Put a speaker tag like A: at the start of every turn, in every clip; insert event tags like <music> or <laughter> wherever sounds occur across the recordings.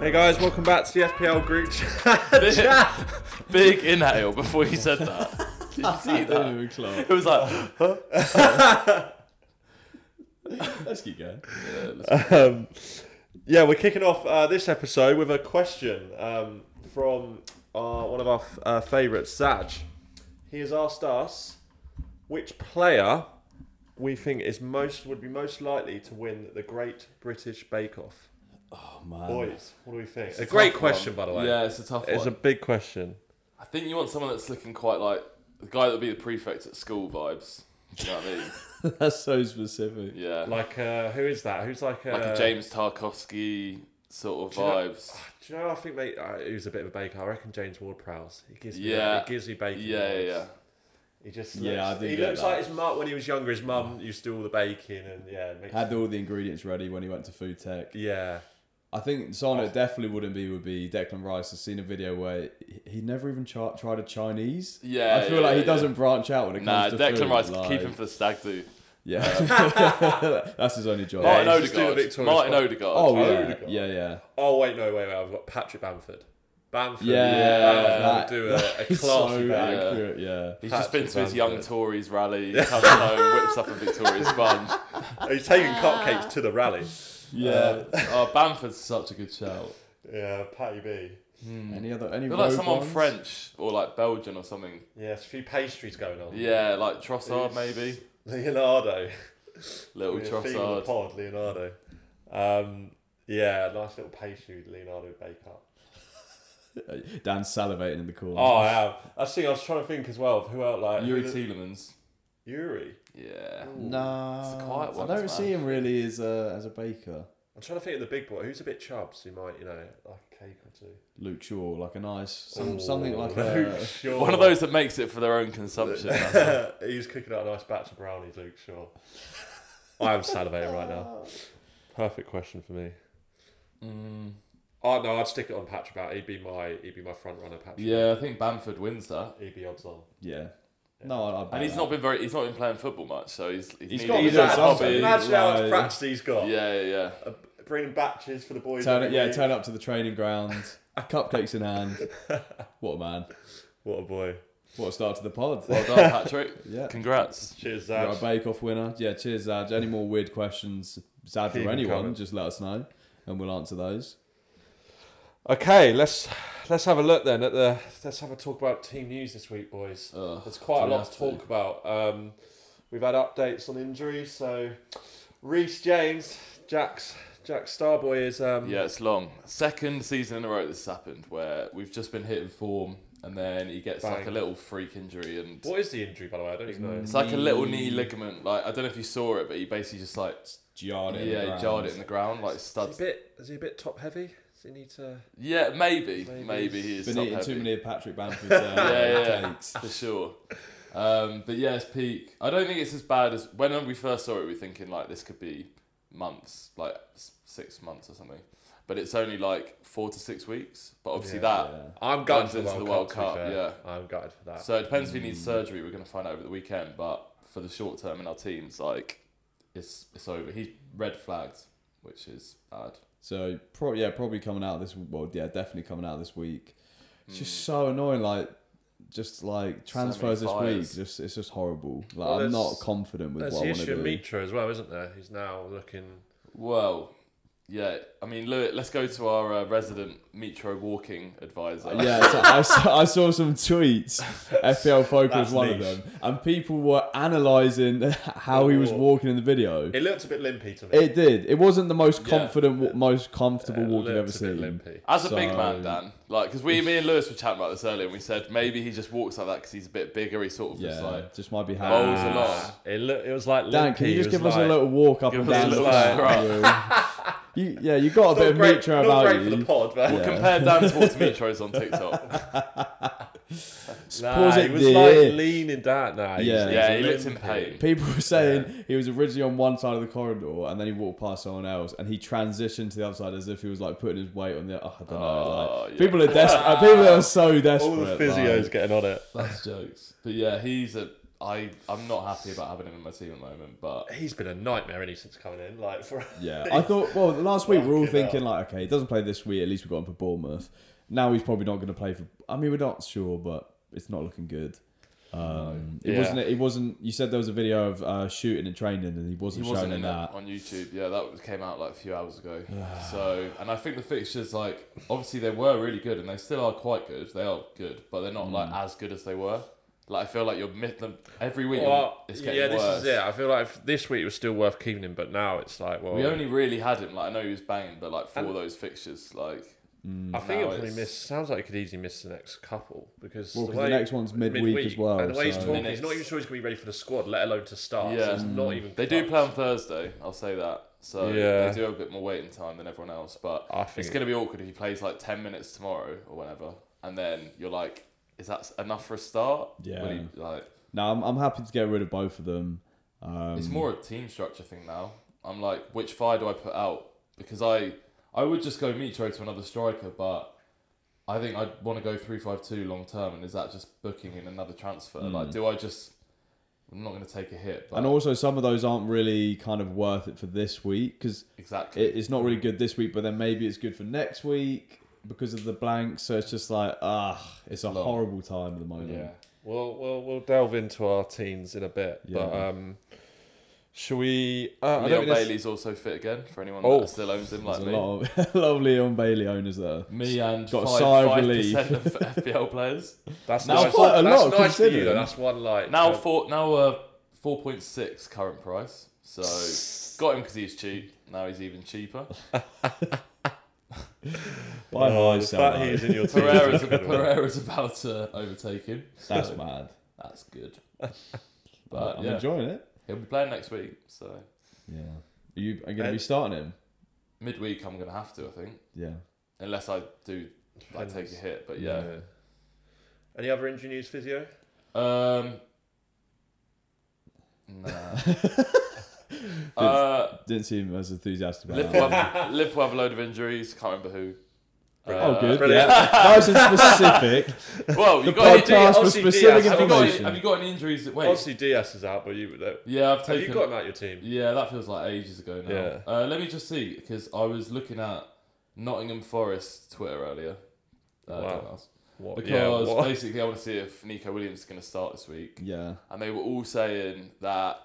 A: Hey guys, welcome back to the FPL group
B: Big,
A: chat.
B: <laughs> big inhale before you said that. <laughs> Did you see
C: Don't
B: that?
C: even clap.
B: It was like, huh?
C: Let's keep going.
A: um, yeah, we're kicking off uh, this episode with a question um, from our, one of our f- uh, favourites, Saj. He has asked us which player we think is most would be most likely to win the Great British Bake Off.
C: Oh man.
A: Boys, what do we think? a
B: tough
A: great
B: one.
A: question, by the way.
B: yeah, it's a tough
A: It's
B: one.
A: a big question.
B: I think you want someone that's looking quite like the guy that would be the prefect at school vibes. Do you know what I <laughs> mean?
C: That's so specific.
B: Yeah. Like,
A: Like, uh, who is that? Who's like, uh,
B: a James Tarkovsky sort of
A: do you know-
B: vibes.
A: Do you know? I think they, uh, he was a bit of a baker. I reckon James Ward-Prowse. He gives me,
B: Yeah.
A: that. he gives me baking.
B: yeah, yeah,
A: vibes.
B: yeah.
A: He just looks,
C: Yeah, I do
A: he
C: get
A: looks
C: that.
A: like his mum when he was younger. His mum used to do all the baking and yeah, it makes,
C: Had all the ingredients ready when he went to food tech.
A: yeah,
C: I think someone that definitely wouldn't be would be Declan Rice. I've seen a video where he- he never even ch- tried a Chinese.
B: Yeah,
C: I
B: yeah,
C: feel like he
B: yeah.
C: doesn't branch out when it comes
B: Nah,
C: to
B: Declan
C: food,
B: Rice,
C: like-
B: keep him for the stag do. <laughs>
C: Yeah, <laughs> that's his only job.
B: Martin
A: he's just doing a
B: Odegaard.
A: Victoria
B: Martin
A: spot.
B: Odegaard.
C: oh yeah,
A: Odegaard.
C: yeah, yeah.
A: Oh wait, no, wait, wait. I've got Patrick Bamford. Bamford,
C: Yeah,
A: Bamford
C: that-
A: would do
C: <laughs>
A: a, a classy
C: He's so
A: bake.
B: yeah.
C: accurate. Yeah.
B: He's just
A: Patrick
B: been to his young
A: Bamford.
B: Tories
C: <laughs>
B: rally, comes home, whips up a Victoria sponge.
A: He's taking cupcakes to the rally.
C: Yeah.
B: Oh, Bamford's such a good shout.
A: Yeah, Patty B.
C: Mm. any other any
B: I feel like
C: rogue
B: someone
C: ones? <laughs>
B: French or like Belgian or something.
A: Yeah, there's a few pastries going on.
B: Yeah, like Trossard maybe.
A: <laughs> Leonardo.
B: Little
A: We're a theme of the
B: Trossard.
A: pod, Leonardo. Um, yeah, nice little pastry Leonardo would bake up.
C: Dan salivating in the corner.
A: Oh, I am. I think I was trying to think as well of who else like
B: Yuri
A: who-
B: Tielemans.
A: Yuri.
B: Yeah.
C: Nah,
B: It's the quiet
C: I
B: ones,
C: don't
B: man.
C: see him really as a as a baker.
A: I'm trying to think of the big boy. Who's a bit chubs? Who might, you know, like a cake or two. Oh,
C: Luke Shaw, like a nice some,
A: Ooh,
C: something like
A: Luke <laughs>
C: a
A: Shaw.
B: One of those that makes it for their own consumption. that's
A: <laughs>
B: all.
A: He's cooking out a nice batch of brownies, Luke Shaw. <laughs> I am salivating right now. Perfect question for me.
B: Mm,
A: Oh no, I'd stick it on Patrick. About he'd be my he'd be my front runner. Patrick.
B: <laughs> yeah, I think Bamford wins that.
A: He'd be odds on.
C: yeah. No, I, I
B: And he's not been very. He's not been playing football much, so he's
C: He's
B: needed
C: got
B: his
C: to do
B: own
C: something.
B: hobby.
C: Imagine- Right.
A: he's got.
B: Yeah, yeah, yeah.
A: Uh, bringing batches for the boys.
C: turn
A: every
C: it, yeah
A: week.
C: turn up to the
A: <laughs>
C: training ground, cupcakes in hand. What a man!
A: What a boy.
C: What a start to the
B: <laughs>
C: pod.
B: Well done, Patrick.
C: Yeah,
B: Congrats.
A: Cheers,
C: you're a
A: Zach.
C: Bake Off winner. Yeah, cheers, Zad. Any more weird questions, Zad
A: Keep
C: or
A: 'em
C: anyone?
A: coming.
C: Just let us know, and we'll answer those.
A: Okay, let's let's have a look then at the let's have a talk about team news this week, boys.
B: Ugh,
A: There's quite a
B: do we
A: lot
B: have
A: to talk about. Um, we've had updates on injuries. So, Reece James, Jack's Jack Starboy is um,
B: Yeah, it's long. Second season in a row this has happened where we've just been hitting form, and then he gets like a
A: Bang.
B: little freak injury, and
A: What is the injury, by the way? I don't even know.
B: it's like a little knee ligament. Like I don't know if you saw it, but he basically just like
C: Jarred it. in the
B: yeah, he
C: ground.
B: jarred it in the ground, like
A: Is
B: studs.
A: he a bit? Is he a bit top heavy? Does he need to?
B: Yeah, maybe,
A: Maybe
B: maybe,
A: he's
B: he is
C: Been
B: top
C: eating
B: heavy.
C: too many
B: <laughs>
C: of Patrick Bamford's uh,
B: Yeah, yeah, yeah,
C: <laughs> cakes.
B: for sure. Um, but yeah, it's peak. I don't think it's as bad as when we first saw it. We were thinking like this could be months, like s- six months or something. But it's only like four to six weeks. But obviously
A: Yeah,
B: that.
C: Yeah.
A: I'm
B: Runs
A: gutted for the
B: into
A: World,
B: the World
A: Cup. to be
B: Cup,
A: fair. I'm gutted for that.
B: So it depends if he
C: Mm.
B: needs surgery. We're gonna find out over the weekend. But for the short term in our teams, like it's it's over. He's red flagged, which is bad.
C: So pro- yeah, probably coming out this well, yeah, definitely coming out this week. It's just
A: Hmm.
C: so annoying, like just like
B: So many
C: transfers this
B: fires.
C: week, just it's just horrible. Like
A: Well,
C: I'm not
A: there's-
C: confident with
A: There's
C: what
A: the
C: I want
A: issue
C: to
A: of
C: do.
A: Mitra as well, isn't there? He's now looking.
B: Well, yeah. I mean, look, let's go to our uh, resident Metro walking advisor.
C: Yeah, so I, saw, I saw
A: <laughs>
C: some tweets. FPL Folk
A: That's
C: was one
A: niche.
C: of them, and people were analysing <laughs> how he was
A: Ooh.
C: walking in the video.
A: It looked a bit limpy to me.
C: It did. It wasn't the most
B: Yeah.
C: confident, wa- most comfortable
A: It
C: walk you've ever
A: looked a bit
C: seen.
A: limpy.
B: As a big
C: So-
B: man, Dan, like, because we, me and Lewis were chatting about this earlier, and we said maybe he just walks like that because he's a bit bigger. He sort of just
C: Yeah,
B: like
C: just might be
A: oh,
B: rolls
C: how.
B: along.
A: It look, it was like limpy.
C: Dan, can you
A: It
C: just
A: was
C: give us a
A: like-
C: little walk up
B: give
C: and
B: us a
C: down?
B: little
C: Like, <laughs> you, yeah, you got a bit
A: Not
C: of
A: great,
C: Mitra
A: not
C: about
A: great
C: you.
A: for the pod, but
B: We'll compare Dan's
C: <laughs>
B: walk to Mitro's on TikTok.
A: Nah,
C: Pause
A: he
C: it
A: was
C: there.
A: like leaning down. Nah, he's-
C: Yeah.
A: he's
B: yeah,
A: a
B: he looks in
A: limpy.
B: pain.
C: People were saying he was originally on one side of the corridor and then he walked past someone else and he transitioned to the other side as if he was like putting his weight on the. Oh, I don't know.
B: Oh,
C: Like,
B: yeah.
C: People are desperate. People are so desperate.
A: All the physios
C: Like,
A: getting on it.
B: That's jokes. But yeah, he's a. I I'm not happy about having him in my team at the moment, but
A: He's been a nightmare, any since coming in. Like for <laughs>
C: Yeah, I thought. Well, last week we we're all
A: Fucking
C: thinking like, okay, he doesn't play this week. At least we got him for Bournemouth. Now he's probably not going to play for. I mean, we're not sure, but it's not looking good. Um, it
A: Yeah.
C: wasn't. It wasn't. You said there was a video of uh, shooting and training, and he
B: he
C: wasn't,
B: wasn't
C: shown
B: in
C: in that.
B: it on YouTube. Yeah, that was- came out like a few hours ago. so, and I think the fixtures like obviously they were really good, and they still are quite good. They are good, but they're not like as good as they were. Like I feel like you're mid them every week.
A: Well,
B: it's getting
A: yeah, this
B: worse.
A: is it. I feel like if this week it was still worth keeping him, but now it's like, well,
B: We only really had him. Like I know he was banging, but like for
A: And-
B: those fixtures, like
C: Mm.
A: I think
B: now
A: he'll probably
B: it's-
A: miss. Sounds like he could easily miss the next couple because
C: Well,
A: the,
C: 'cause the
A: way,
C: next one's midweek as well,
A: And the way
C: so-
A: he's talking,
B: Minutes.
A: he's not even sure he's going to be ready for the squad, let alone to start. Yeah,
B: Yeah.
A: so it's
C: Mm.
A: not even.
B: They do
A: touched.
B: play on Thursday, I'll say that. So
A: Yeah.
B: they do have a bit more waiting time than everyone else, but
A: I think
B: it's going to be awkward if he plays like 10 minutes tomorrow or whenever, and then you're like, is that enough for a start?
C: Yeah.
B: Will he, like,
C: Now I'm, I'm happy to get rid of both of them. Um,
B: it's more a team structure thing now. I'm like, which five do I put out? Because I I would just go Mitro to another striker, but I think I'd want to go three five two long term, and is that just booking in another transfer? Like, do I just. I'm not going to take a hit, but
C: Hmm. and also some of those aren't really kind of worth it for this week because
B: exactly.
C: it, it's not really good this week, but then maybe it's good for next week because of the blank. So it's just like ah, it's a
B: Long.
C: horrible time at the moment.
B: yeah.
A: We'll, we'll we'll delve into our teams in a bit, but
C: Yeah.
A: um, should we? Uh, I
B: Leon
A: don't think
B: Bailey's also fit again for anyone
A: Oh.
B: that still owns him
C: There's
B: like
C: a
B: me.
C: lot of, <laughs> a lot of Leon Bailey owners there.
B: Me and
C: Got a
B: five,
C: sigh of
B: five
C: relief.
B: percent of
C: <laughs>
B: FPL players.
A: that's, that's
B: Now
A: nice.
C: quite a
A: that's
C: lot,
A: nice for you, though.
C: considering.
A: That's one like
B: Now
A: uh,
B: four, now uh, four point six current price. So got him because he's cheap. Now he's even cheaper.
C: By
A: oh,
C: high
A: the
C: sell
A: fact
C: low.
A: he's in
B: <laughs>
A: your team. <laughs>
B: Pereira's, Pereira's about to overtake him.
C: That's mad.
B: That's good. But
C: I'm
B: Uh, yeah,
C: enjoying it.
B: he'll be playing next week. So
C: Yeah. Are you are you gonna
B: Uh,
A: And-
C: be starting him?
B: midweek, I'm gonna have to, I think,
C: Yeah. <laughs>
B: unless I do. I take a hit, but yeah.
A: Any other injury news, physio?
B: Um,
C: <laughs>
B: nah. uh,
C: Didn't seem as enthusiastic about
B: Liverpool
C: that. <laughs>
B: have, Liverpool have a load of injuries. Can't remember who. Uh,
C: Oh, good.
A: Brilliant. <laughs>
C: Yeah. nice and specific.
B: Well, <laughs>
C: The
B: you got any,
C: podcast was
A: Aussie Diaz.
B: have,
C: specific
B: you got any,
C: information.
B: have you got any injuries? That, wait.
A: Obviously, Diaz is out, but you that,
B: Yeah, I've
A: have
B: taken.
A: you got him out of your team?
B: Yeah, that feels like ages ago now.
A: Yeah.
B: Uh, let me just see because I was looking at Nottingham Forest Twitter earlier. Uh,
A: Wow.
B: don't ask.
A: What? <laughs>
B: Because
A: yeah, what?
B: basically, I want to see if Nico Williams is going to start this week,
C: Yeah.
B: and they were all saying that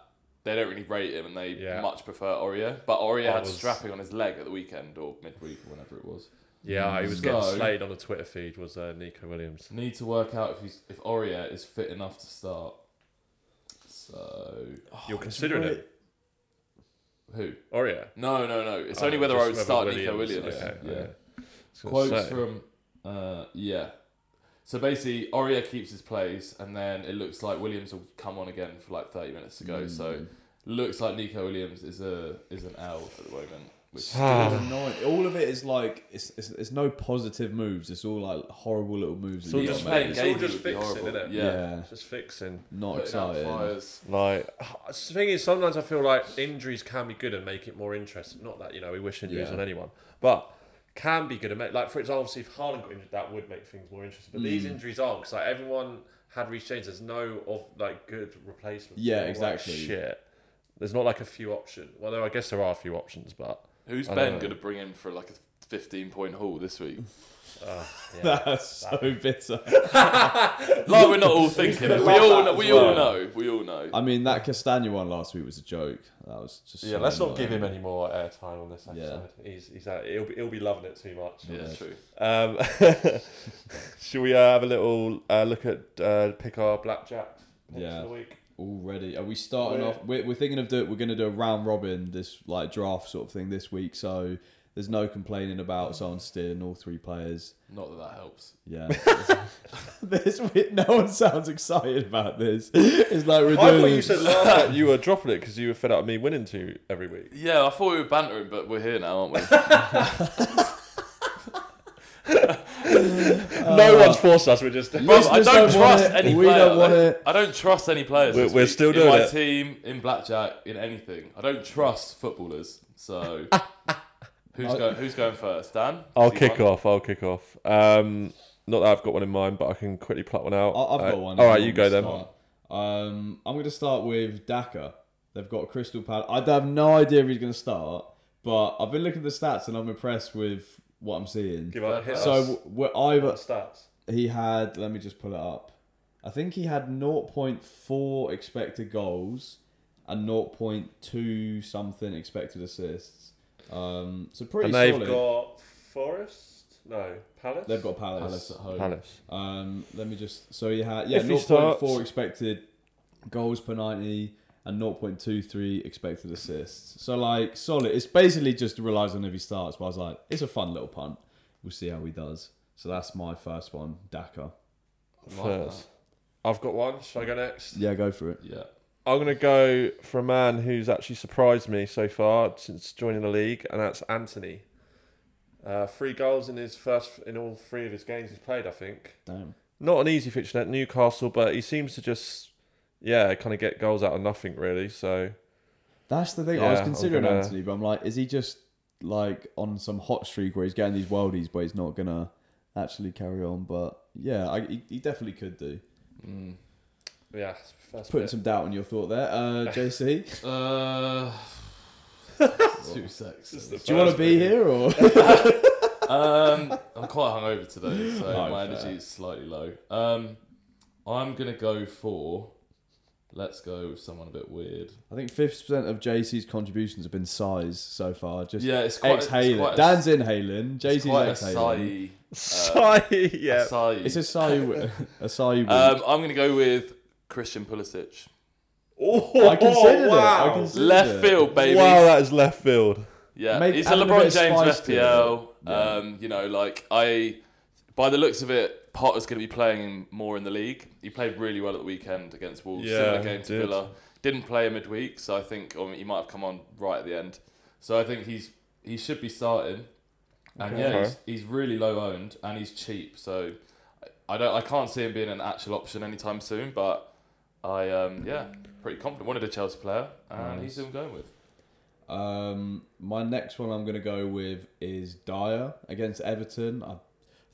B: they don't really rate him and they
A: Yeah.
B: much prefer Aurier. But Aurier
A: That
B: had
A: was-
B: strapping on his leg at the weekend or midweek or whenever it was.
A: yeah, he was getting
B: So-
A: slayed on the Twitter feed. Was uh, Nico Williams?
B: Need to work out if he's if Aurier is fit enough to start. So
A: You're considering it,
B: who?
A: or yeah?
B: No, no, no. It's
A: Oh,
B: only whether I would
A: just
B: start
A: whether
B: Nico
A: Williams-
B: Williams.
A: okay,
B: yeah.
A: okay. I was gonna say.
B: Quotes from uh, yeah. So basically, Aurier keeps his place, and then it looks like Williams will come on again for like thirty minutes to go.
A: Mm.
B: So looks like Nico Williams is a is an L at the moment. Which
C: It was annoying. All of it is like it's, it's it's no positive moves. It's all like horrible little moves.
A: So
C: that you
A: just eh?
C: got
A: playing
C: made.
A: It's all
B: Gaby
A: just
B: would be
A: fixing,
B: horrible.
A: innit?
B: Yeah.
C: Yeah.
A: Just fixing.
C: Not
B: Putting out
C: exciting.
B: fires.
A: <sighs> Like the thing is, sometimes I feel like injuries can be good and make it more interesting. Not that you know we wish injuries
C: Yeah.
A: on anyone, but can be good and make like for example, obviously if Harlan got injured, that would make things more interesting. But
C: Mm.
A: these injuries aren't because like everyone had reached change. There's no of like good replacement.
C: Yeah,
A: They're all, like,
C: exactly.
A: shit. There's not like a few options. Well, no, I guess there are a few options,
C: <laughs>
A: but
B: Who's
A: I
B: Ben
A: don't know.
B: going to bring in for like a fifteen point haul
A: <laughs>
B: this week?
A: uh, yeah.
C: <laughs> That's so bitter.
B: Like we're not all thinking. it. We
A: love
B: all
A: that
B: know,
A: as
B: we all
A: well.
B: know. We all know.
C: I mean, that Castagna one last week was a joke. That was just.
A: yeah,
C: so
A: let's not give
C: annoying.
A: him any more airtime on this
C: Yeah.
A: episode. He's he's out. He'll be he'll be loving it too much.
B: yeah,
C: Yeah.
B: true.
A: Um, <laughs> should we uh, have a little uh, look at uh, pick our blackjack picks
C: Yeah.
A: for the week?
C: already. Are we starting
A: We're-
C: off? We're, we're thinking of do. We're going to do a round robin, this like draft sort of thing this week. So there's no complaining about someone stealing all three players.
B: Not that that helps.
A: <laughs>
C: Yeah. <laughs> this week, no one sounds excited about this. It's like we're
A: I thought
C: doing.
A: you said <laughs> last that you were dropping it because you were fed up of me winning two every week.
B: Yeah, I thought we were bantering, but we're here now, aren't we?
A: <laughs> no
C: Uh,
A: one's forced us. We're just
B: Bro, I don't
C: Listeners don't want
B: trust
C: it.
B: any
C: We
B: player.
C: don't want
B: though.
C: it.
B: I don't trust any players.
A: We're-
B: this
A: we're
B: week,
A: still
B: in
A: doing
B: my
A: it.
B: team, in blackjack, in anything. I don't trust footballers.
C: <laughs>
B: So who's
C: I-
B: going? Who's going first? Dan.
A: <laughs> I'll
B: Is he
A: kick
B: one?
A: off. I'll kick off. Um, not that I've got one in mind, but I can quickly pluck one out.
C: I- I've
A: Uh,
C: got one.
A: All
C: if
A: right, you
C: want
A: go
C: to
A: then.
C: start. Um, I'm going to start with Daka. They've got Crystal Palace. I have no idea if he's going to start, but I've been looking at the stats and I'm impressed with what I'm seeing.
A: Give up. Hit
B: us.
A: so
C: So we're either
A: stats.
C: he had. Let me just pull it up. I think he had 0.4 expected goals and 0.2 something expected assists. Um, so pretty
A: And they've
C: solid.
A: got Forest. No, Palace.
C: they've got
B: Palace at home.
A: Palace.
C: Um, let me just. So you had yeah,
A: If he
C: 0.4
A: starts-
C: expected goals per ninety and 0.23 expected assists. So like solid. It's basically just relies on if he starts. But I was like, it's a fun little punt. We'll see how he does. So that's my first one,
B: Like
C: Daka.
B: that.
A: First. I've got one. Shall I go next?
C: Yeah, go for it.
B: Yeah.
A: I'm gonna go for a man who's actually surprised me so far since joining the league, and that's Anthony. Uh, three goals in his first in all three of his games he's played. I think
C: Damn.
A: not an easy fixture at Newcastle, but he seems to just yeah kind of get goals out of nothing really. So
C: That's the thing.
A: Yeah,
C: I was
A: I'm
C: considering
A: gonna-
C: Anthony, but I'm like, is he just like on some hot streak where he's getting these worldies, but he's not gonna actually carry on? But yeah, I, he, he definitely could do.
B: Mm.
A: yeah, first
C: Putting
A: bit. <laughs>
C: some doubt on your thought there, uh, JC.
B: Uh, two sexes.
A: This is
C: Do you want to
A: First
C: be
A: bit.
C: here or?
B: um, I'm quite hungover
A: <laughs>
B: today, so
C: No,
B: my
C: fair.
B: energy is slightly low. Um, I'm gonna go for. Let's go with someone a bit weird.
C: I think fifty percent of JC's contributions have been size so far. Just
B: Yeah, it's quite. it's
C: exhaling.
B: quite a-
C: Dan's inhaling.
B: it's
C: JC's
B: quite
C: exhaling.
B: acai.
A: Sorry, yeah.
B: acai.
C: It's a sai. <laughs> A sai.
B: um, I'm gonna go with Christian Pulisic.
A: Oh,
C: I considered it.
A: wow.
C: I considered
B: Left
C: it.
B: field, baby.
A: Wow, that is left field.
B: Yeah,
C: Make-
B: he's a
C: add a
B: LeBron
C: bit of
B: James of
C: spice to it.
B: FPL.
C: Yeah.
B: Um, you know, like I, by the looks of it, Potter's going to be playing more in the league. He played really well at the weekend against Wolves.
A: Yeah,
B: Similar
A: he
B: game to
A: did.
B: Villa. Didn't play him midweek, so I think or he might have come on right at the end. So I think he's he should be starting. And
C: Okay.
B: yeah, he's, he's really low owned and he's cheap. So I- I don't I can't see him being an actual option anytime soon. But I um yeah pretty confident. Wanted a Chelsea player, and he's
C: Nice.
B: who I'm going with.
C: Um, my next one I'm going to go with is Dyer against Everton. I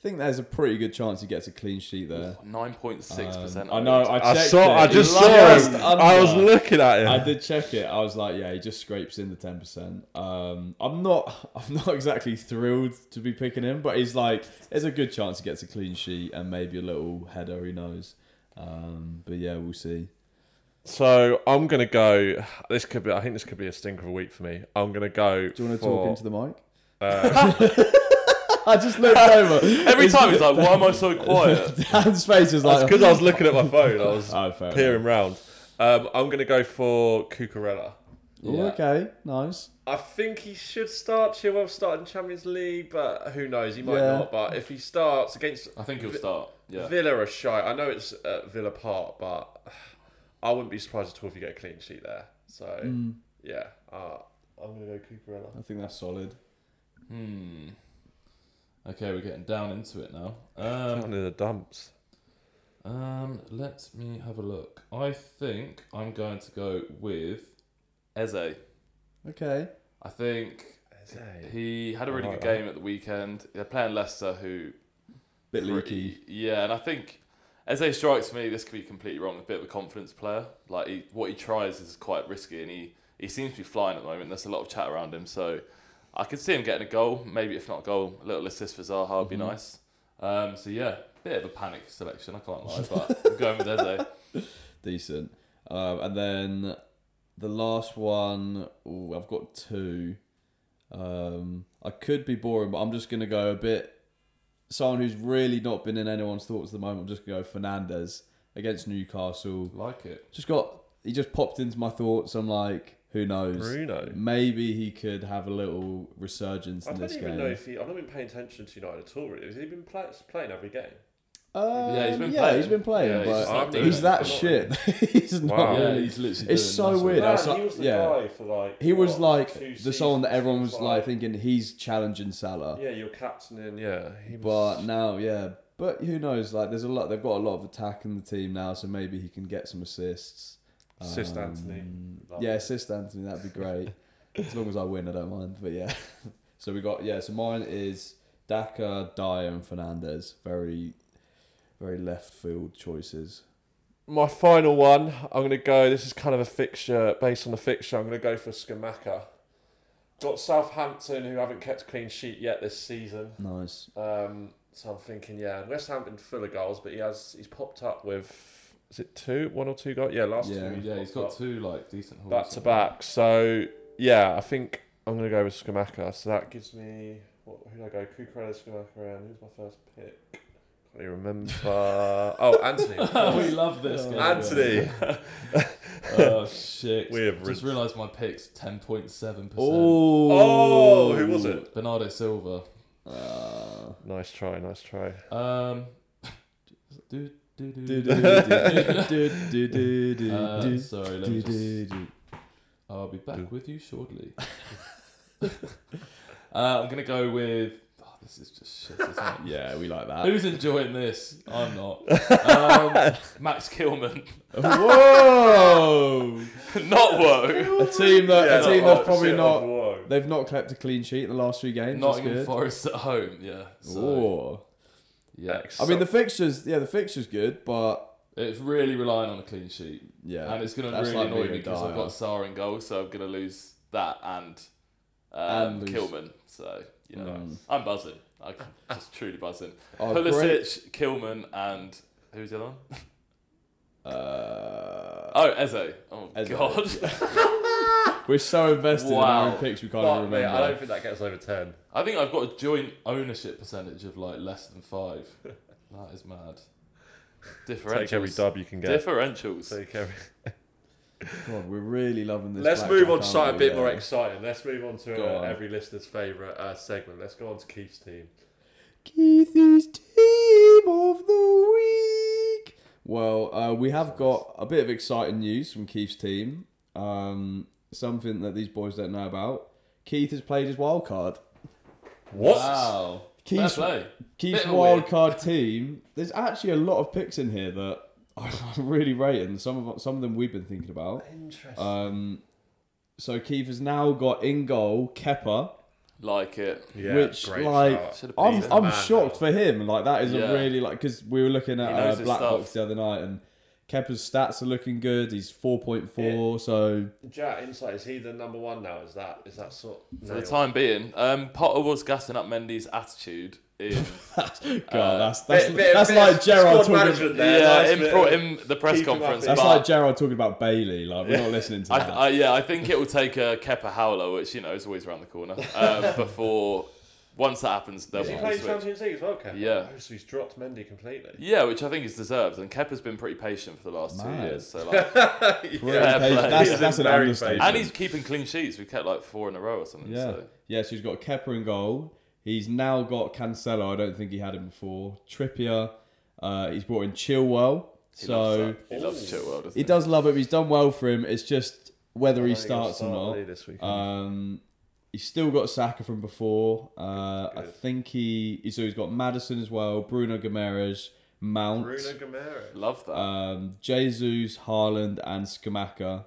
C: think there's a pretty good chance he gets a clean sheet there.
B: Nine point six percent.
C: Um, I know. I,
A: I
C: checked
A: saw.
C: It.
A: I
C: He
A: just
C: was
A: saw.
C: just
A: Him.
C: under.
A: I was looking at him.
C: I did check it. I was like, yeah, he just scrapes in the ten percent. Um, I'm not, <laughs> I'm not exactly thrilled to be picking him, but he's like, there's a good chance he gets a clean sheet and maybe a little header. Who knows? Um, but yeah, we'll see.
A: So I'm gonna go. This could be. I think this could be a stinker of a week for me. I'm gonna go.
C: Do you want to
A: for,
C: talk into the mic?
A: Uh,
C: <laughs> I just looked over.
B: Every time he's like, "Why am I
C: <laughs>
B: so quiet?"
C: Dan's face is like,
A: because I was looking at my phone. I was
C: <laughs> oh, fair
A: peering round. Um, I'm gonna go for Cucurella.
C: enough. Ooh, Oh, Okay, nice.
A: I think he should start. Chilwell started in Champions League, but who knows? He might
C: Yeah.
A: not. But if he starts against
B: I think he'll
A: Vi-
B: start. Yeah.
A: Villa, are shy. I know it's at Villa Park, but <sighs> I wouldn't be surprised at all if you get a clean sheet there. So
C: Mm.
A: yeah, uh, I'm gonna go Cucurella.
C: I think that's solid.
B: Hmm. Okay, we're getting down into it now. Um,
A: Down in the dumps.
B: um, let me have a look. I think I'm going to go with Eze.
C: Okay.
B: I think he had a really
A: I
B: good
A: like that.
B: game at the weekend. They're playing Leicester, who
C: Bit
B: pretty-
C: leaky.
B: Yeah, and I think Eze strikes me. This could be completely wrong. A bit of a confidence player. Like he, what he tries is quite risky, and he he seems to be flying at the moment. There's a lot of chat around him, so I could see him getting a goal. Maybe if not a goal, a little assist for Zaha would be
C: Mhm.
B: nice. Um, so yeah, bit of a panic selection. I can't lie,
C: <laughs>
B: but I'm going with Eze.
C: decent. Um, and then the last one, ooh, I've got two. Um, I could be boring, but I'm just gonna go a bit. Someone who's really not been in anyone's thoughts at the moment. I'm just gonna go Fernandez against Newcastle.
B: Like it.
C: Just got he just popped into my thoughts. I'm like, who knows?
A: Bruno.
C: Maybe he could have a little resurgence
A: I
C: in
A: don't
C: this
A: even
C: game.
A: know if he. I've not been paying attention to United at all. Really, has he been play, playing every game?
C: Um,
B: Yeah, he's been
C: yeah,
B: playing.
C: he's been playing,
B: Yeah, he's just
C: but
B: not
C: he's,
B: doing it.
C: that
A: He's not-
C: shit. <laughs> he's not
A: Wow.
B: Yeah,
C: Oh, really
B: he's literally.
C: It's
B: doing
C: so
B: nothing.
C: weird. I
A: Man,
C: was like-
A: he was the
C: yeah.
A: guy for like.
C: He was
A: what, two
C: like the song that
A: seasons,
C: everyone was
A: something
C: like thinking he's challenging Salah,
A: Yeah, you're captaining. Yeah, he was.
C: but now yeah, but who knows? Like there's a lot. They've got a lot of attack in the team now, so maybe he can get some assists. Um,
A: Assist Anthony. Love
C: Yeah,
A: it.
C: assist Anthony. That'd
A: <laughs>
C: be great. as long as I win, I don't mind. But yeah, <laughs> so we got yeah. So mine is Daka, Dyer, and Fernandez. Very, very left field choices.
A: my final one, I'm going to go. This is kind of a fixture based on the fixture. I'm going to go for Skamaka. Got Southampton, who haven't kept a clean sheet yet this season.
C: Nice.
A: Um, so I'm thinking, yeah, West Ham been full of goals, but he has he's popped up with is it two, one or two goals? Yeah, last
C: Yeah.
A: two.
B: Yeah, he's got two like decent hauls.
A: back to back. So yeah, I think I'm gonna go with Skamaka. So that gives me what? Who did I go? Cucurella, Skamaka, and who's my first pick? Can't even remember.
C: <laughs>
A: oh, Anthony. of course. <laughs>
B: <laughs> we love this game.
A: Anthony.
C: Uh,
B: oh shit!
A: We have rinsed.
B: just realised my pick's ten point seven percent.
C: Oh.
A: Oh, who was it?
B: Bernardo Silva.
C: Uh,
A: <laughs> Nice try, nice try.
B: Um, <laughs> do, do, do, do.
C: <laughs>
B: Uh,
C: do-do-do-do-do-do-do-do-do-do-do.
B: sorry, let me just. I'll be back with you shortly. uh, I'm gonna go with. Oh, this is just shit. Isn't it?
C: <laughs> Yeah, we like that.
B: Who's enjoying this? I'm not. Um, Max Kilman,
A: <laughs>
C: Whoa!
B: not woe.
C: A
A: Yeah,
C: team that a
A: the
C: team that's
A: opposite
C: probably
A: of
C: not.
A: woe.
C: They've not kept a clean sheet in the last three games. That's
B: Nottingham
C: good.
B: Forest at home. Yeah. So,
C: Ooh.
B: yeah.
A: Ex-
C: I mean the fixtures. Yeah, the fixtures good, but
B: It's really relying on a clean sheet.
C: yeah,
B: and it's going to
C: that's
B: really
C: like
B: annoy
C: being
B: me
C: a
B: because I've
C: dyer.
B: got Sar in goal, so I'm going to lose that and, um,
C: And lose-
B: Kilman. So, you know,
C: Mm.
B: I'm buzzing. I'm <laughs> just truly buzzing.
C: Oh, great.
B: Pulisic, Kilman, and who's the other one?
C: Uh,
B: Oh, Eze. Oh,
C: Eze,
B: God. <laughs>
C: we're so invested in
B: Wow.
C: our own picks we can't
A: Fuck
C: even
A: me,
C: remember.
A: I don't think that gets over ten.
B: I think I've got a joint ownership percentage of like less than five.
C: <laughs>
B: That is mad. Differentials.
A: Take every dub you can get.
B: Differentials.
A: Take every.
C: God, we're really loving this.
A: Let's
C: black
A: move
C: jack,
A: on to
C: aren't
A: something a
C: we?
A: bit
C: Yeah.
A: more exciting. Let's move on to
C: Go
A: uh,
C: on.
A: every listener's favourite uh, segment. Let's go on to Keith's team.
C: Keith's team of the week. Well, uh, we have got a bit of exciting news from Keith's team. Um, something that these boys don't know about. Keith has played his wild card.
A: What?
B: Wow. Fair
C: Keith's,
B: play.
C: Keith's
B: Bit of a
C: wild
B: weird-
C: card team. There's actually a lot of picks in here that <laughs> I'm really rating. Some of some of them we've been thinking about.
A: Interesting.
C: Um, so Keith has now got in goal Kepper.
B: Like it.
A: yeah,
C: which,
A: great
C: like,
A: shout.
B: Should have
C: I'm,
B: beat him.
A: a
C: I'm
A: man
C: shocked for him. Like that is
B: Yeah.
C: a really like because we were looking at
B: He knows
C: uh,
B: his
C: Black
B: stuff.
C: Box the other night and Kepper's stats are looking good. He's four point four, so <laughs>
A: Jack Insight is he the number one now? Is that is that sort?
B: For
A: nailed?
B: the time being, um, Potter was gassing up Mendy's attitude
C: <laughs>
B: in
C: God,
B: Uh,
C: that's that's,
A: Bit- bit-
C: that's
A: bit
C: like
A: of
C: Gerard
A: squad
C: talking.
A: management there,
B: yeah,
A: nice
B: in,
A: bit
B: pro-
A: of-
B: in the press
A: keep him up
B: conference.
A: in-
C: That's
B: but
C: like Gerard talking about Bailey. Like we're not listening to
B: I,
C: that.
B: I, yeah, I think it will take a Kepa howler, which you know is always around
A: <laughs>
B: the corner. Um, before once that happens, they'll
A: Is he
B: be
A: playing
B: switch.
A: Champions League as well, Kevin?
B: Yeah.
A: Oh, so he's dropped Mendy
C: <laughs>
A: completely.
B: Yeah, which I think is deserved. And Kepa's been pretty patient for the last
C: Mad.
B: two years. So like,
A: <laughs>
C: Pretty
B: fair
C: patient.
B: play.
C: That's,
B: He's
C: that's an
A: been very
C: understatement.
A: patient.
B: and he's keeping clean sheets. We've kept like four in a row or something.
C: yeah,
B: So.
C: yeah. So he's got Kepper in goal. He's now got Cancelo. I don't think he had him before. Trippier. Uh, he's brought in Chilwell.
B: He
C: so.
A: Oh.
B: loves that. he loves
A: Ooh.
B: Chilwell, doesn't
C: He does love it. He's done well for him. It's just whether he
A: I think he'll
C: starts
A: start
C: or
A: Lee
C: not.
A: This weekend.
C: Um, he's still got Saka from before. Uh, I
A: Good.
C: think he so he's got Madison as well, Bruno Guimaraes, Mount,
A: Bruno Gamera.
B: Love that.
C: um, Jesus, Haaland, and Skamaka.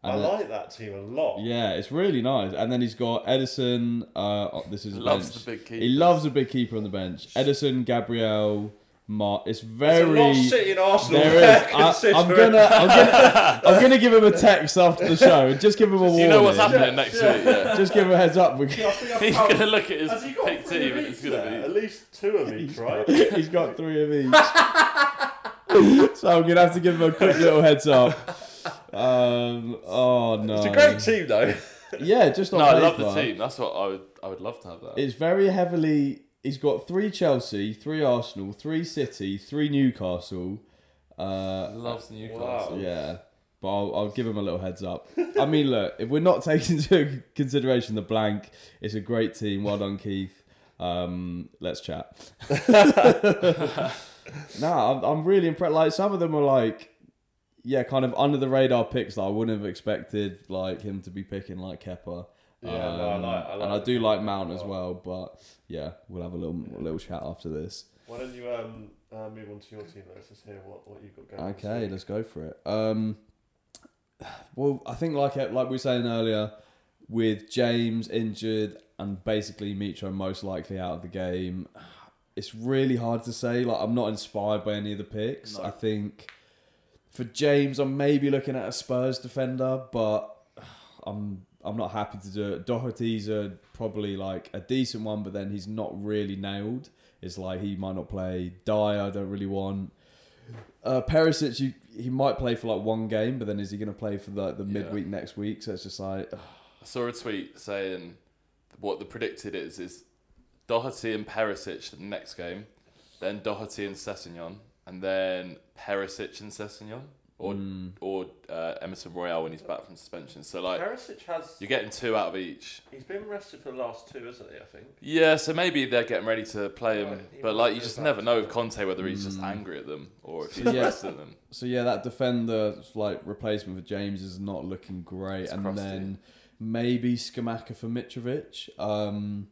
A: I
C: And then-
A: like that team a lot.
C: yeah, it's really nice. And then he's got Edison. Uh, oh, this is a
B: Loves
C: bench.
B: the big
C: He
B: keepers.
C: loves a big keeper on the bench. Edison, Gabriel, Mar. It's
A: There's a
C: very
A: lot shit in Arsenal. <laughs>
C: there
A: there,
C: is. I, I'm
A: considering-
C: gonna, I'm gonna, I'm gonna give him a text after the show and just give him a warning.
B: you know what's happening next
A: Yeah.
B: week.
A: <laughs>
B: Yeah. <laughs>
C: Just give him a heads up. We-
A: Yeah, I think I've
C: <laughs>
B: He's
A: found-
B: gonna look at his
A: Has he got
B: pick
A: three
B: team,
A: of
B: and it's
A: each
B: gonna
A: there?
B: be
A: At least two of each, right?
C: <laughs> He's got three of each. <laughs> so I'm gonna have to give him a quick little heads up. Um, oh no.
A: It's a great team, though.
C: Yeah, just on
B: No, I love the
C: paper.
B: team. That's what I would. I would love to have that.
C: It's very heavily. He's got three Chelsea, three Arsenal, three City, three Newcastle. Uh,
B: Loves Newcastle.
A: Wow.
C: Yeah, but I'll, I'll give him a little heads up. I mean, <laughs> look, if we're not taking into consideration the blank, it's a great team. Well done, Keith. Um, let's chat. <laughs> nah, I'm, I'm really impressed. Like some of them are like, yeah, kind of under the radar picks that I wouldn't have expected, like him to be picking like Kepper. Um,
A: Yeah, no, I like- I
C: and I
A: like
C: do
A: the
C: like
A: Kepa
C: Mount
A: as
C: as well, but yeah, we'll have a little a little chat after this.
A: Why don't you um, uh, move on to your team? Let's just hear what, what you've got going. this
C: Okay,
A: week.
C: let's go for it. Um, well, I think like uh, like we were saying earlier, with James injured and basically Mitro most likely out of the game, it's really hard to say. Like I'm not inspired by any of the picks.
B: No.
C: I think For James, I'm maybe looking at a Spurs defender, but I'm I'm not happy to do it. Doherty's a, probably like a decent one, but then he's not really nailed. It's like he might not play. Dyer, I don't really want. Uh, Perisic, you, he might play for like one game, but then is he going to play for the, the
B: Yeah.
C: midweek next week? So it's just like, ugh,
B: I saw a tweet saying what the predicted is is Doherty and Perisic the next game, then Doherty and Sessignon, and then Perisic and Sessignon, or
C: Hmm.
B: or uh, Emerson Royale when he's back from suspension. So like
A: Perisic has.
B: you're getting two out of each.
A: He's been rested for the last two, isn't he? I think.
B: Yeah, so maybe they're getting ready to play him,
A: Right, he
B: but
A: might
B: like you
A: go
B: just
A: back
B: never
A: to
B: know
A: them.
B: with Conte whether he's just angry at them or if he's
C: Yeah.
B: resting them.
C: So yeah, that defender like replacement for James is not looking great,
B: It's
C: and
B: crusty.
C: then maybe Skamaka for Mitrovic. Um,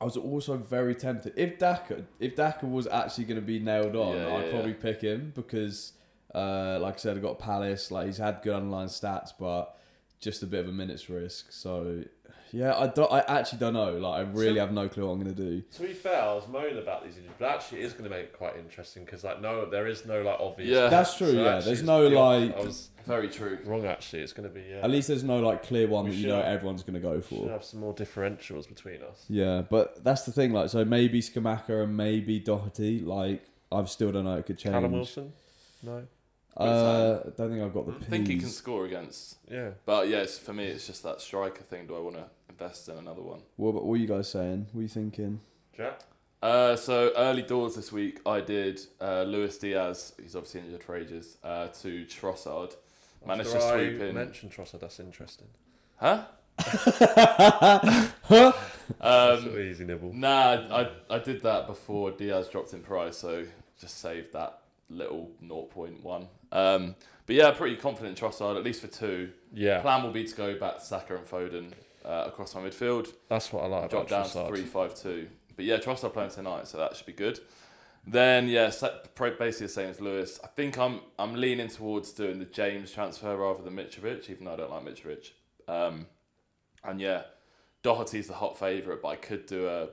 C: I was also very tempted if Daka if Daka was actually going to be nailed on,
B: Yeah, yeah,
C: I'd probably
B: yeah.
C: pick him because, uh, like I said, I got Palace. Like he's had good online stats, but just a bit of a minutes risk. So yeah, I don't. I actually don't know. Like I really
A: So-
C: have no clue what I'm going to do.
A: To be fair, I was moaning about these injuries, but actually, it is going to make it quite interesting because like no, there is no like obvious.
B: Yeah.
C: That's true.
A: So
C: yeah,
A: actually,
C: there's
A: it's
C: no
A: the opposite.
C: like.
A: I was
B: Very true.
A: wrong. Actually, it's going to be. Yeah.
C: At least there's no like clear one
A: We
C: that you know
A: should-
C: everyone's going to go for.
A: we should have some more differentials between us.
C: Yeah, but that's the thing. Like, so maybe Skamaka and maybe Doherty. Like, I've still don't know. It could change.
A: Callum Wilson. No.
C: Uh, don't think I've got the.
B: I think he can
C: Ps.
B: score against,
A: Yeah.
B: but yes, for me it's just that striker thing. Do I want to invest in another one?
C: What, what were you guys saying? What are you thinking?
A: Jack.
B: Uh, so early doors this week, I did uh, Luis Diaz. He's obviously injured for ages. Uh, to Trossard, managed
A: After
B: to
A: I
B: sweep in.
A: Mentioned Trossard. That's interesting.
B: huh?
A: Sort
B: Um,
A: of easy nibble.
B: nah, I I did that before Diaz dropped in price, so just saved that little 0.1. Um, but yeah, pretty confident in Trossard at least for two.
A: Yeah.
B: Plan will be to go back Saka and Foden uh, across my midfield.
A: That's what I like
B: Drop
A: about
B: down to
A: Trossard.
B: three five two. But yeah, Trossard playing tonight, so that should be good. Then yeah, sa- pro- basically the same as Lewis. I think I'm I'm leaning towards doing the James transfer rather than Mitrovic, even though I don't like Mitrovic. Um, and yeah, Doherty's the hot favourite, but I could do a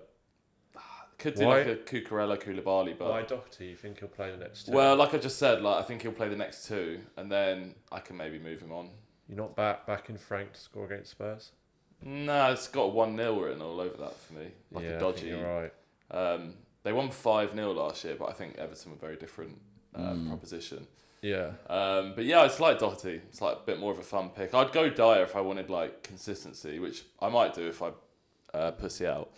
B: could do
A: Why-
B: like a Cucurella Koulibaly, but
A: Why Doherty? You think he'll play the next? Two?
B: well, like I just said, like I think he'll play the next two, and then I can maybe move him on.
A: you're not back backing Frank to score against Spurs.
B: No, it's got one 0 written all over that for me, like
A: yeah,
B: a
A: I think
B: dodgy
A: You're right.
B: Um, they won 5 0 last year, but I think Everton were very different uh, proposition.
A: Yeah.
B: Um, but yeah, it's like Doherty. It's like a bit more of a fun pick. I'd go Dyer if I wanted like consistency, which I might do if I uh, pussy out.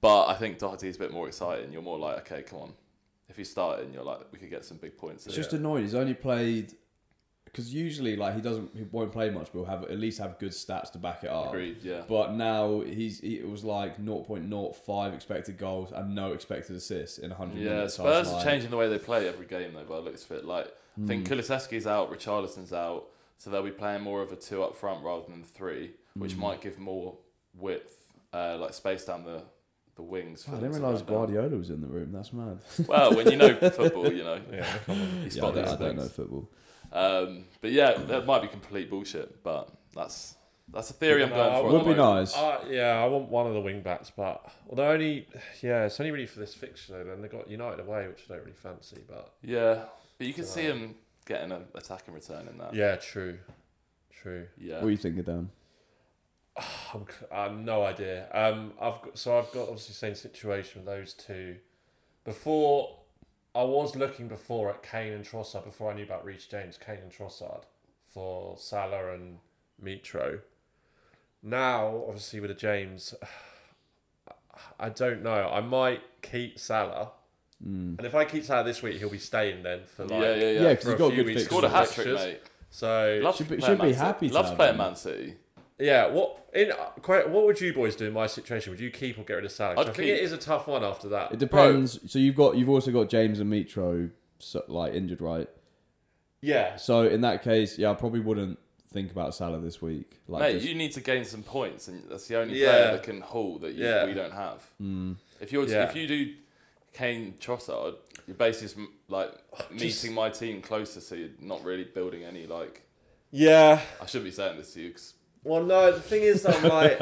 B: But I think Doherty's a bit more exciting. You're more like, okay, come on. If he's starting, you're like, we could get some big points.
C: It's
B: here.
C: just annoying. He's only played because usually, like, he doesn't. He won't play much, but he'll have at least have good stats to back it up.
B: Agreed, yeah.
C: But now he's he, it was like 0.05 expected goals and no expected assists in 100
B: Yeah,
C: minutes. So I was
B: Spurs are
C: like-
B: changing the way they play every game though. By the looks of it, like I think
C: Hmm.
B: Kulisevsky's out, Richarlison's out, so they'll be playing more of a two up front rather than three,
C: Hmm.
B: which might give more width, uh, like space down the the wings. For
C: Oh, I
B: them
C: didn't
B: to
C: realize
B: run down.
C: Guardiola was in the room. That's mad.
B: Well, when you
C: <laughs>
B: know football, you know
A: Yeah. Come on.
B: you
C: Yeah, I
B: spot
C: don't,
B: these
C: I don't know
B: things.
C: football.
B: Um, but yeah, that might be complete bullshit, but that's that's a theory I'm
A: No,
B: going
A: I
B: for. at
A: Well,
C: Would
B: the
C: be
B: moment.
C: nice.
A: Uh, yeah, I want one of the wing backs, but although only, yeah, it's only really for this fixture though. Then they got United away, which I don't really fancy. But
B: Yeah, but you can see him getting an attack and return in that.
A: yeah, true, true.
B: Yeah.
C: What do you think of Dan?
A: <sighs> I'm, c- I have no idea. Um, I've got, so I've got obviously same situation with those two. Before I was looking before at Kane and Trossard before I knew about Reece James, Kane and Trossard for Salah and Mitro. Now, obviously with the James, <sighs> I don't know. I might keep Salah, and if I keep Salah this week, he'll be staying then for like.
B: yeah, yeah, yeah.
C: Hmm. Yeah, because
A: for
C: he's
A: a
C: got
A: few
C: good
A: weeks
C: fixtures.
B: Scored a hat trick,
A: Fixtures.
B: mate.
A: So
B: Loves
C: Should be-
B: playing
C: should be
B: Man City.
C: happy to
B: Loves
C: have
B: playing
C: him.
B: Man City.
A: Yeah, what in uh, quite, what would you boys do in my situation? Would you keep or get rid of Salah? 'Cause
B: I'd
A: I think it
B: keep.
A: is a tough one after that.
C: It depends. So you've got you've also got James and Mitro so, like injured, right?
A: yeah,
C: So in that case, yeah, I probably wouldn't think about Salah this week. Like,
B: Mate,
C: just-
B: you need to gain some points, and that's the only
A: Yeah.
B: player that can haul that you,
A: Yeah.
B: we don't have.
C: Mm.
B: If you are
A: Yeah.
B: if you do Kane Trossard, you're basically just, m-
A: <sighs>
B: like meeting my team closer, so you're not really building any like.
A: yeah.
B: I shouldn't be saying this to you, 'cause- <laughs>
A: Well, no, the thing is, I'm like,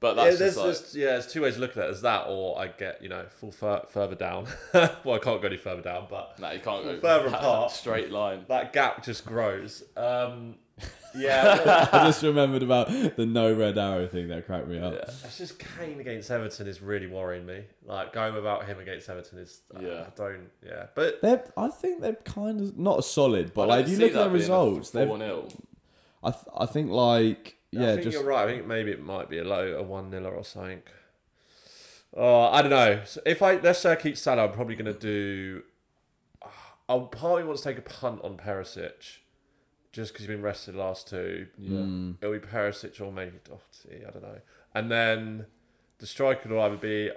B: But
A: Yeah,
B: that's
A: there's,
B: just like,
A: there's- yeah, there's two ways to look at it. There's that, or I get you know full fur- further down. <laughs> well, I can't go any further down, but
B: nah, you can't go
A: further apart.
B: <laughs> Straight
C: <laughs>
B: line.
A: that gap just grows. Um, yeah,
C: <laughs>
B: <laughs>
C: I just remembered about the no red arrow thing that cracked me up.
B: Yeah.
A: it's just Kane against Everton is really worrying me. Like going without him against Everton is uh,
B: Yeah.
A: I don't yeah, but
C: They're, I think they're kind of not solid,
B: I
C: but
B: don't
C: like if you
B: see
C: look at
B: that
C: their
B: being a
C: results, they've.
B: 4-0.
C: I, th- I think like
A: I
C: yeah,
A: think
C: just
A: you're right. I think maybe it might be a low, a one nil or something. Oh, I don't know. So if I let's say I keep Salah, I'm probably gonna do. I probably want to take a punt on Perisic, just because he's been rested the last two.
C: Mm.
B: Yeah.
A: It'll be Perisic or maybe Doherty. I don't know. And then the striker will either be.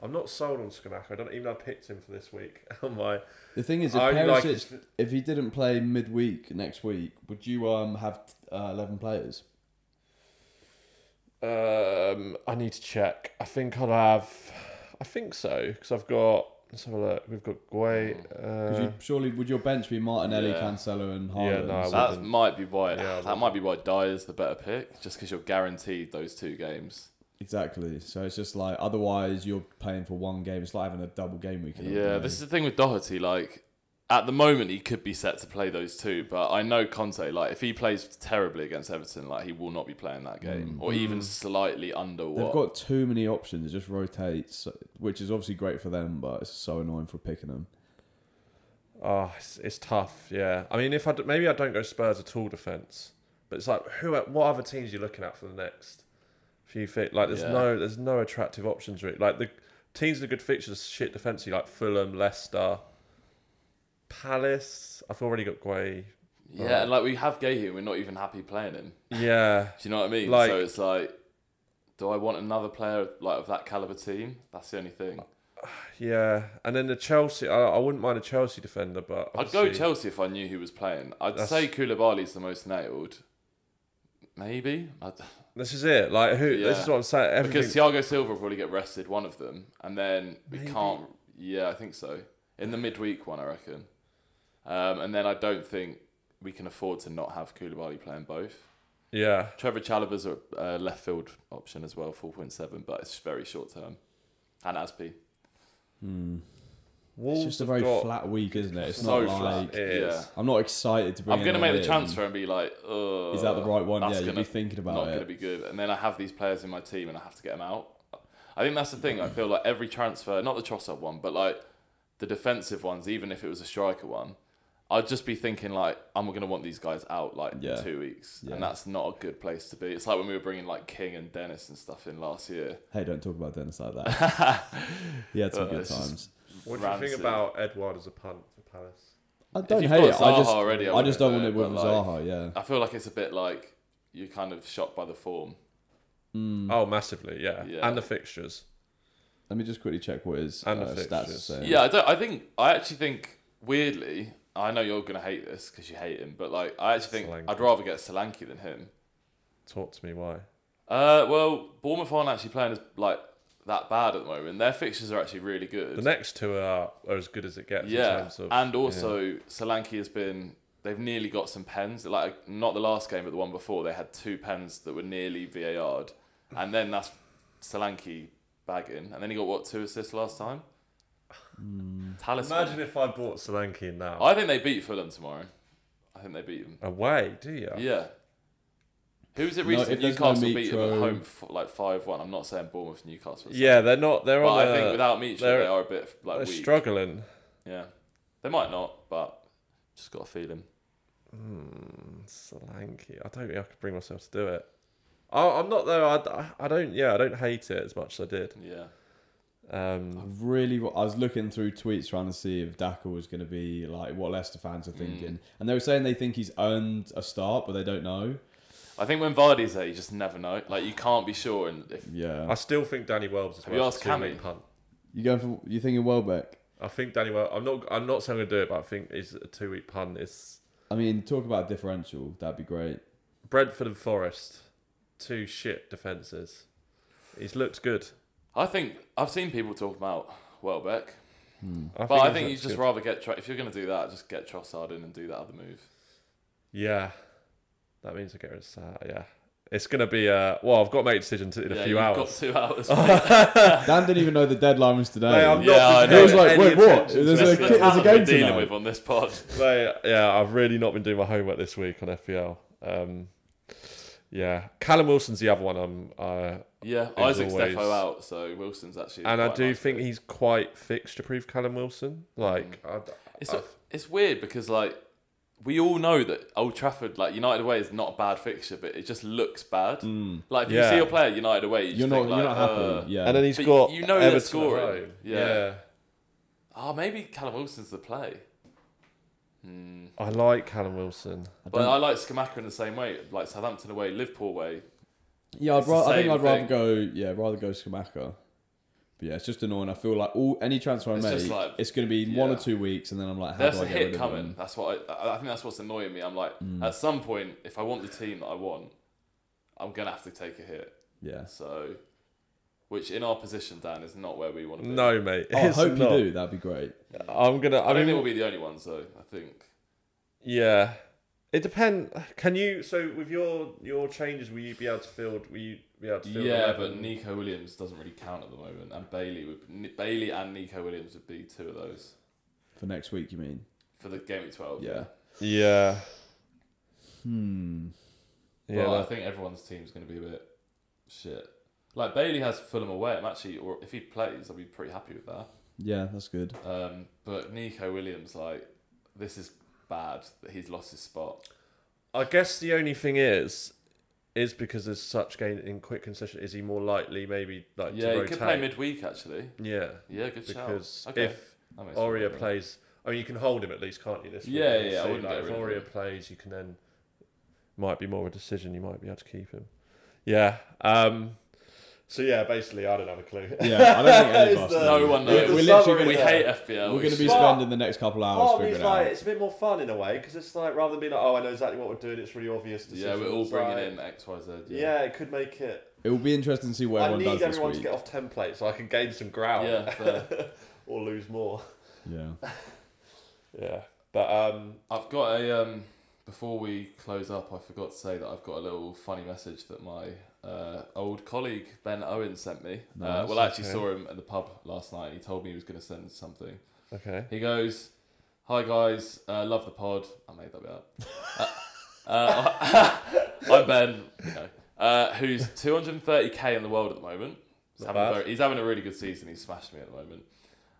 A: I'm not sold on Skamaka. I don't even know I picked him for this week. <laughs> Oh my!
C: the thing is if
A: I like
C: Perisic,
A: his-
C: if he didn't play midweek next week, would you um have uh, eleven players?
A: Um, I need to check. I think I'll have. I think so because I've got. Let's have a look. We've got Guay.
B: Oh.
C: Because
A: Uh,
C: you surely would your bench be Martinelli,
B: Yeah.
C: Cancelo, and
A: Yeah,
C: Haaland?
A: no, I
C: So-
A: wouldn't.
B: That might be why.
A: Yeah, I
B: that
A: wouldn't.
B: might be why Dyer's the better pick, just because you're guaranteed those two games.
C: exactly. So it's just like otherwise you're paying for one game. It's like having a double game week. in a
B: Yeah,
C: row.
B: this is the thing with Doherty. Like, at the moment, he could be set to play those two, but I know Conte. Like, if he plays terribly against Everton, like he will not be playing that
A: Mm.
B: game, or even slightly under
C: They've
B: what.
C: got too many options. It just rotates, so- which is obviously great for them, but it's so annoying for picking them.
A: oh, it's, it's tough. Yeah, I mean, if I d- maybe I don't go Spurs at all defense, but it's like who? e- What other teams are you looking at for the next few fit? Like, there's
B: Yeah.
A: no, there's no attractive options really. Like the teams with good fixtures, shit defensively, like Fulham, Leicester, Palace. I've already got
B: <laughs>
A: Guay.
B: yeah, and like we have Gay here, we're not even happy playing him.
A: Yeah,
B: Do you know what I mean?
A: Like-
B: so it's like, do I want another player like of that caliber team? That's the only thing.
A: yeah, and then the Chelsea. I, I wouldn't mind a Chelsea defender, but
B: I'd go
A: obviously-
B: Chelsea if I knew who was playing. I'd
A: That's-
B: say Koulibaly's the most nailed. Maybe. I'd,
A: This is it. Like who? This
B: Yeah.
A: is what I'm saying. Everything.
B: because Thiago Silva will probably get rested, one of them. And then we
A: Maybe.
B: can't. Yeah, I think so. In the midweek one, I reckon. Um, and then I don't think we can afford to not have Koulibaly playing both.
A: yeah.
B: Trevor Chalobah's a uh, left field option as well, 4.7, but it's very short term. And Aspie.
A: Wolves
C: It's just a
A: have
C: very
A: got-
C: flat week, isn't it? It's
B: So
C: not like
B: flat.
A: It is.
B: Yeah.
C: I'm not excited to bring.
B: I'm going to
C: anyone
B: make the
C: in.
B: transfer and be like, Ugh,
C: Is that the right one?
B: that's
C: yeah, you'll
B: gonna-
C: be thinking
B: not
C: about
B: going to
C: it.
B: be good. And then I have these players in my team and I have to get them out. I think that's the thing. I feel like every transfer, not the Trossard one, but like the defensive ones, even if it was a striker one, I'd just be thinking like, I'm going to want these guys out like in
C: Yeah.
B: two weeks,
C: Yeah.
B: and that's not a good place to be. It's like when we were bringing like King and Dennis and stuff in last year.
C: <laughs> Hey, don't talk about Dennis like
B: <laughs>
C: that. he had some
B: Uh,
C: good
B: it's just-
C: times.
A: What do you
B: Rancid.
A: think about Edward as a punt for Palace?
C: I don't
B: you've
C: hate
B: got
C: it. I
B: Zaha
C: just,
B: already, I
C: I just
B: wouldn't
C: don't
B: do it,
C: want it with
B: but,
C: Zaha. Yeah.
B: I feel like it's a bit like you're kind of shocked by the form.
C: Mm.
A: Oh, massively, yeah.
B: Yeah.
A: And the fixtures.
C: Hmm. Let me just quickly check what his uh,
A: And the
C: stats are
A: fixtures.
C: saying.
B: Yeah, I don't. I think I actually think weirdly. I know you're gonna hate this because you hate him, but like I actually think
A: Solanke.
B: I'd rather get Solanke than him.
A: Talk to me why.
B: Uh, well, Bournemouth aren't actually playing as like that bad at the moment. Their fixtures are actually really
A: The
B: good.
A: next two are, are as good as it gets in
B: yeah,
A: terms of.
B: and also Solanke has been. They've nearly got some pens. Like not the last game, but the one before, they had two pens that were nearly VAR'd, and then that's Solanke bagging, and then he got what two assists last time. Talisman.
A: Imagine if I bought Solanke now.
B: I think they beat Fulham tomorrow. I think they beat them.
A: Away, do you?
B: Yeah. Who was it
C: No,
B: recently?
C: if there's no
B: Newcastle beat them at
C: Mitro-
B: home f like five one. I'm not saying Bournemouth Newcastle.
A: Yeah, they're not. They're
B: but
A: on.
B: I
A: a-
B: think without Mitchell
A: they're-
B: they are a bit like
A: they're
B: weak.
A: struggling.
B: Yeah, they might not, but just got a feeling.
A: Solanke. I don't think I could bring myself to do it. I, I'm not though. I, I don't. Yeah, I don't hate it as much as I did.
B: Yeah,
A: Um,
C: I really, wa- I was looking through tweets trying to see if Daka was going to be like what Leicester fans are thinking,
B: Mm.
C: and they were saying they think he's earned a start, but they don't know.
B: I think when Vardy's there, you just never know. Like you can't be sure. And if
A: I
C: Yeah,
A: still think Danny Welbs is
B: Have you
A: worth
B: asked
A: a two-week
B: Cammy?
A: punt.
C: you going for you thinking Welbeck?
A: I think Danny Welbs. I'm not. I'm not saying I'm gonna do it, but I think it's a two-week punt. It's
C: I mean, talk about differential. That'd be great.
A: Brentford and Forest, two shit defences. He's looked good.
B: I think I've seen people talk about Welbeck,
A: I
B: but I
A: he's
B: think you
A: looked
B: just
A: good.
B: rather get Tro- if you're gonna do that, just get Trossard in and do that other move.
A: Yeah, that means I get rid of Salah. Yeah, It's gonna be uh well, I've got to make a decision to, in
B: yeah,
A: a few
B: you've
A: hours.
B: got
A: <laughs>
B: two hours.
C: Dan didn't even know the deadline was today.
A: Mate, I'm
B: Yeah, I
A: not
B: know.
A: paying
B: It was
C: like,
A: any
C: wait, what?
A: attention to this.
C: There's
B: That's
C: a
B: the
C: kid- there's a
B: talent
C: game
B: we're dealing
C: tonight.
B: with on this pod.
A: <laughs> Mate, yeah, I've really not been doing my homework this week on FPL. Um, yeah, Callum Wilson's the other one. I'm, uh,
B: Yeah,
A: As
B: Isaac's
A: always.
B: defo out, so Wilson's actually.
A: and I
B: quite
A: do
B: nice
A: think
B: pick.
A: he's quite fixture-proof. Callum Wilson, like, I-
B: It's it's weird because like we all know that Old Trafford, like United away, is not a bad fixture, but it just looks bad. Like if you
A: Mm. Yeah.
B: see your player United away, you just
C: You're not.
B: think,
C: you're
B: like,
C: not happy.
B: uh,
C: yeah.
A: and then he's
B: But
A: got
B: you know they're
A: Everton at
B: scoring.
A: home.
B: Yeah. Oh, maybe Callum Wilson's the play. Hmm.
A: I like Callum Wilson.
C: I
B: But
C: don't-
B: I like Skamaka in the same way, like Southampton away, Liverpool away.
C: yeah, I'd
B: it's the
C: rather, I think
B: same
C: I'd rather
B: thing.
C: go. Yeah, rather go Skamaka. But yeah, it's just annoying. I feel like all any transfer I
B: It's
C: make,
B: just like-
C: it's going to be one or
B: yeah.
C: two weeks, and then I'm like, how
B: There's
C: do I
B: a
C: get rid
B: hit
C: of Mm.
B: coming.
C: him?
B: That's what I- I, I think. That's what's annoying me. I'm like, at some point, if I want the team that I want, I'm gonna have to take a hit.
C: Yeah.
B: So, which in our position, Dan, is not where we want to be.
A: No, mate.
C: Oh, I
A: it's
C: hope
A: not.
C: you do. That'd be great.
A: I'm gonna.
B: I
A: I,
B: don't
A: mean,
B: think we'll be the only ones, though. I think.
A: yeah. It depends. Can you? So with your your changes, will you be able to field? Will you be able to field?
B: Yeah,
A: 11?
B: but Nico Williams doesn't really count at the moment, and Bailey would N- Bailey and Nico Williams would be two of those
C: For next week, you mean?
B: for the game at twelve.
C: Yeah.
A: Yeah.
C: Hmm.
A: Yeah.
B: But I
A: that-
B: think everyone's team's going to be a bit shit. Like Bailey has Fulham away. I'm actually, or if he plays, I'll be pretty happy with that.
C: Yeah, that's good.
B: Um, but Nico Williams, like, this is bad that he's lost his spot.
A: I guess the only thing is, is because there's such gain in quick concession. Is he more likely maybe like
B: yeah,
A: to
B: he
A: rotate?
B: could play midweek actually.
A: yeah,
B: Yeah, good shout.
A: because
B: Okay.
A: if
B: That makes
A: Aria
B: sense.
A: plays, I mean, you can hold him at least, can't you? This week?
B: Yeah, yeah,
A: So,
B: I wouldn't
A: like,
B: get
A: if
B: rid of
A: Aria
B: him.
A: plays, you can then might be more of a decision. You might be able to keep him. Yeah. Um. So yeah, basically, I don't have a clue.
C: Yeah,
A: <laughs>
C: I don't think any of
A: It's
C: us
A: the-
C: know.
B: no one
A: It's
B: knows.
A: the
C: We're
A: summary
C: literally
B: we
C: going to
A: there.
B: hate FBL.
C: We're going to be
A: But-
C: spending the next couple hours
A: Part of me's
C: figuring it
A: like
C: out.
A: it's a bit more fun in a way because it's like rather than being like, oh, I know exactly what we're doing. It's really obvious.
B: Yeah, we're all
A: decisions,
B: bringing
A: like-
B: in X, Y, Z.
A: Yeah. it could make it.
C: It will be interesting to see what
A: I
C: everyone does
A: need
C: this
A: everyone to
C: week.
A: get off template so I can gain some ground.
B: Yeah, fair.
A: or lose more. <laughs>
C: Yeah.
A: Yeah, but um,
B: I've got a um before we close up, I forgot to say that I've got a little funny message that my uh, old colleague Ben Owen sent me. Uh,
C: Nice,
B: well, I actually
A: okay.
B: saw him at the pub last night. He told me he was going to send something.
A: okay.
B: He goes, "Hi guys, uh, love the pod." I made that
A: <laughs>
B: bit up. Uh, uh, <laughs> I'm Ben, you know, uh, who's 230k in the world at the moment. He's
A: Not
B: having, a
A: bad.
B: very, he's having a really good season. He's smashed me at the moment.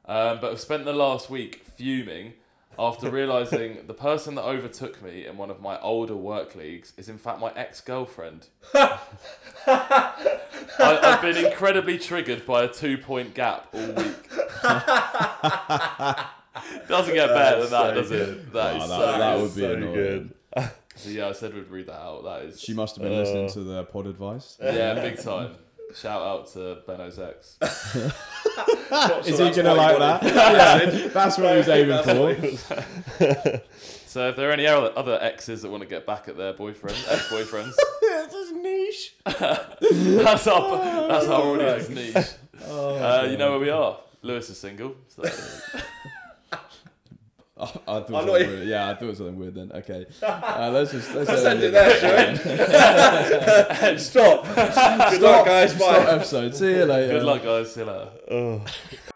B: Um, but I've spent the last week fuming after realizing the person that overtook me in one of my older work leagues is in fact my ex-girlfriend. I, I've been incredibly triggered by a two-point gap all week. Doesn't get better than that,
A: That's
B: does
A: so
B: it? That is
C: Wow,
B: so.
C: that- that would be annoying.
B: So yeah, I said we'd read that out. That is
C: She must have been listening to the pod advice.
B: yeah, big time. Shout out to Benno's ex.
C: Is he going to like that? <laughs> yeah, that's what he was aiming for.
B: So if there are any other other exes that want to get back at their boyfriend, ex-boyfriends,
C: This is niche.
B: that's our that's our audience niche.
C: Oh,
B: Uh, you know where we are. Lewis is single. So.
C: I, I thought
A: not
C: something
A: even-
C: weird. Yeah, I thought something weird then. Okay. Uh, let's just let's
A: Send
C: end
A: it there, Sharon. Stop. Good luck, guys.
C: <laughs> Stop
A: Bye.
C: episode. See you later.
B: Good luck, guys. See you later.
A: Oh.